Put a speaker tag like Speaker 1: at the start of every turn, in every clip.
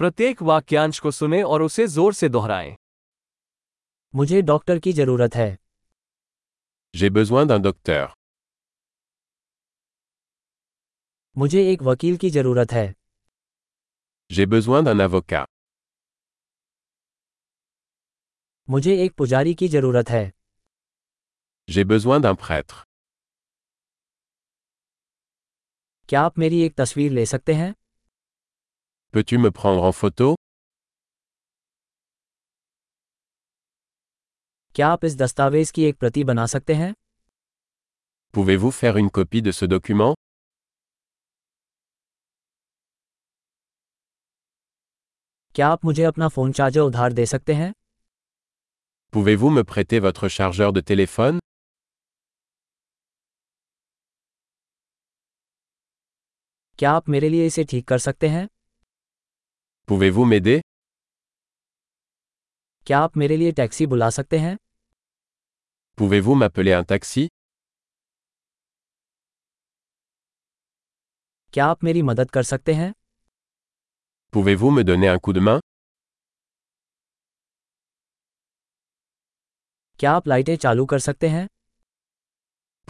Speaker 1: प्रत्येक वाक्यांश को सुने और उसे जोर से दोहराएं
Speaker 2: मुझे डॉक्टर की जरूरत है
Speaker 3: J'ai besoin d'un docteur.
Speaker 2: मुझे एक वकील की जरूरत है
Speaker 3: J'ai besoin d'un avocat.
Speaker 2: मुझे एक पुजारी की जरूरत है
Speaker 3: J'ai besoin d'un prêtre.
Speaker 2: क्या आप मेरी एक तस्वीर ले सकते हैं
Speaker 3: Peux-tu me prendre en photo
Speaker 2: क्या आप इस दस्तावेज की एक प्रति बना सकते हैं
Speaker 3: Pouvez-vous faire une copie de ce document
Speaker 2: क्या आप मुझे अपना फोन चार्जर उधार दे सकते हैं
Speaker 3: Pouvez-vous me prêter votre chargeur de téléphone
Speaker 2: क्या आप मेरे लिए इसे ठीक कर सकते हैं
Speaker 3: Pouvez-vous m'aider
Speaker 2: क्या आप मेरे लिए टैक्सी बुला सकते हैं
Speaker 3: Pouvez-vous m'appeler un taxi
Speaker 2: क्या आप मेरी मदद कर सकते हैं
Speaker 3: Pouvez-vous me donner un coup de main
Speaker 2: क्या आप लाइटें चालू कर सकते हैं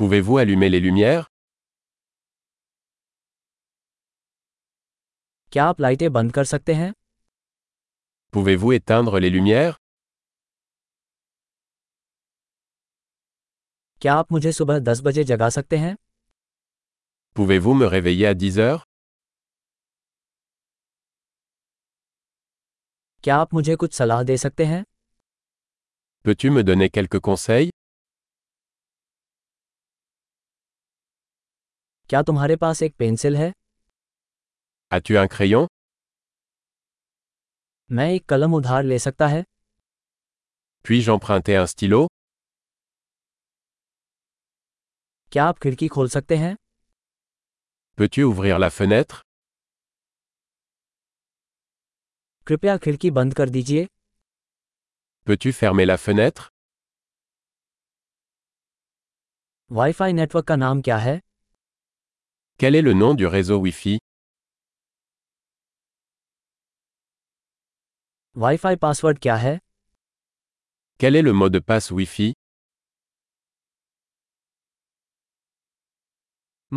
Speaker 3: Pouvez-vous allumer les lumières
Speaker 2: क्या आप लाइटें बंद कर सकते हैं
Speaker 3: Pouvez-vous éteindre les lumières
Speaker 2: क्या आप मुझे सुबह दस बजे जगा सकते हैं
Speaker 3: Pouvez-vous me réveiller à 10 heures
Speaker 2: क्या आप मुझे कुछ सलाह दे सकते हैं
Speaker 3: Peux-tu me donner quelques conseils
Speaker 2: क्या तुम्हारे पास एक पेंसिल है
Speaker 3: As-tu un crayon
Speaker 2: मैं एक कलम उधार ले सकता है
Speaker 3: Puis-je emprunter un stylo
Speaker 2: क्या आप खिड़की खोल सकते हैं
Speaker 3: Peux-tu ouvrir la fenêtre
Speaker 2: कृपया खिड़की बंद कर दीजिए
Speaker 3: Peux-tu fermer la fenêtre
Speaker 2: wifi network का नाम क्या है
Speaker 3: Quel est le nom du réseau Wi-Fi
Speaker 2: wifi password क्या है
Speaker 3: Quel est le mot de passe Wi-Fi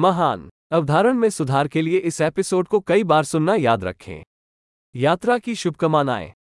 Speaker 1: महान अवधारण में सुधार के लिए इस एपिसोड को कई बार सुनना याद रखें यात्रा की शुभकामनाएं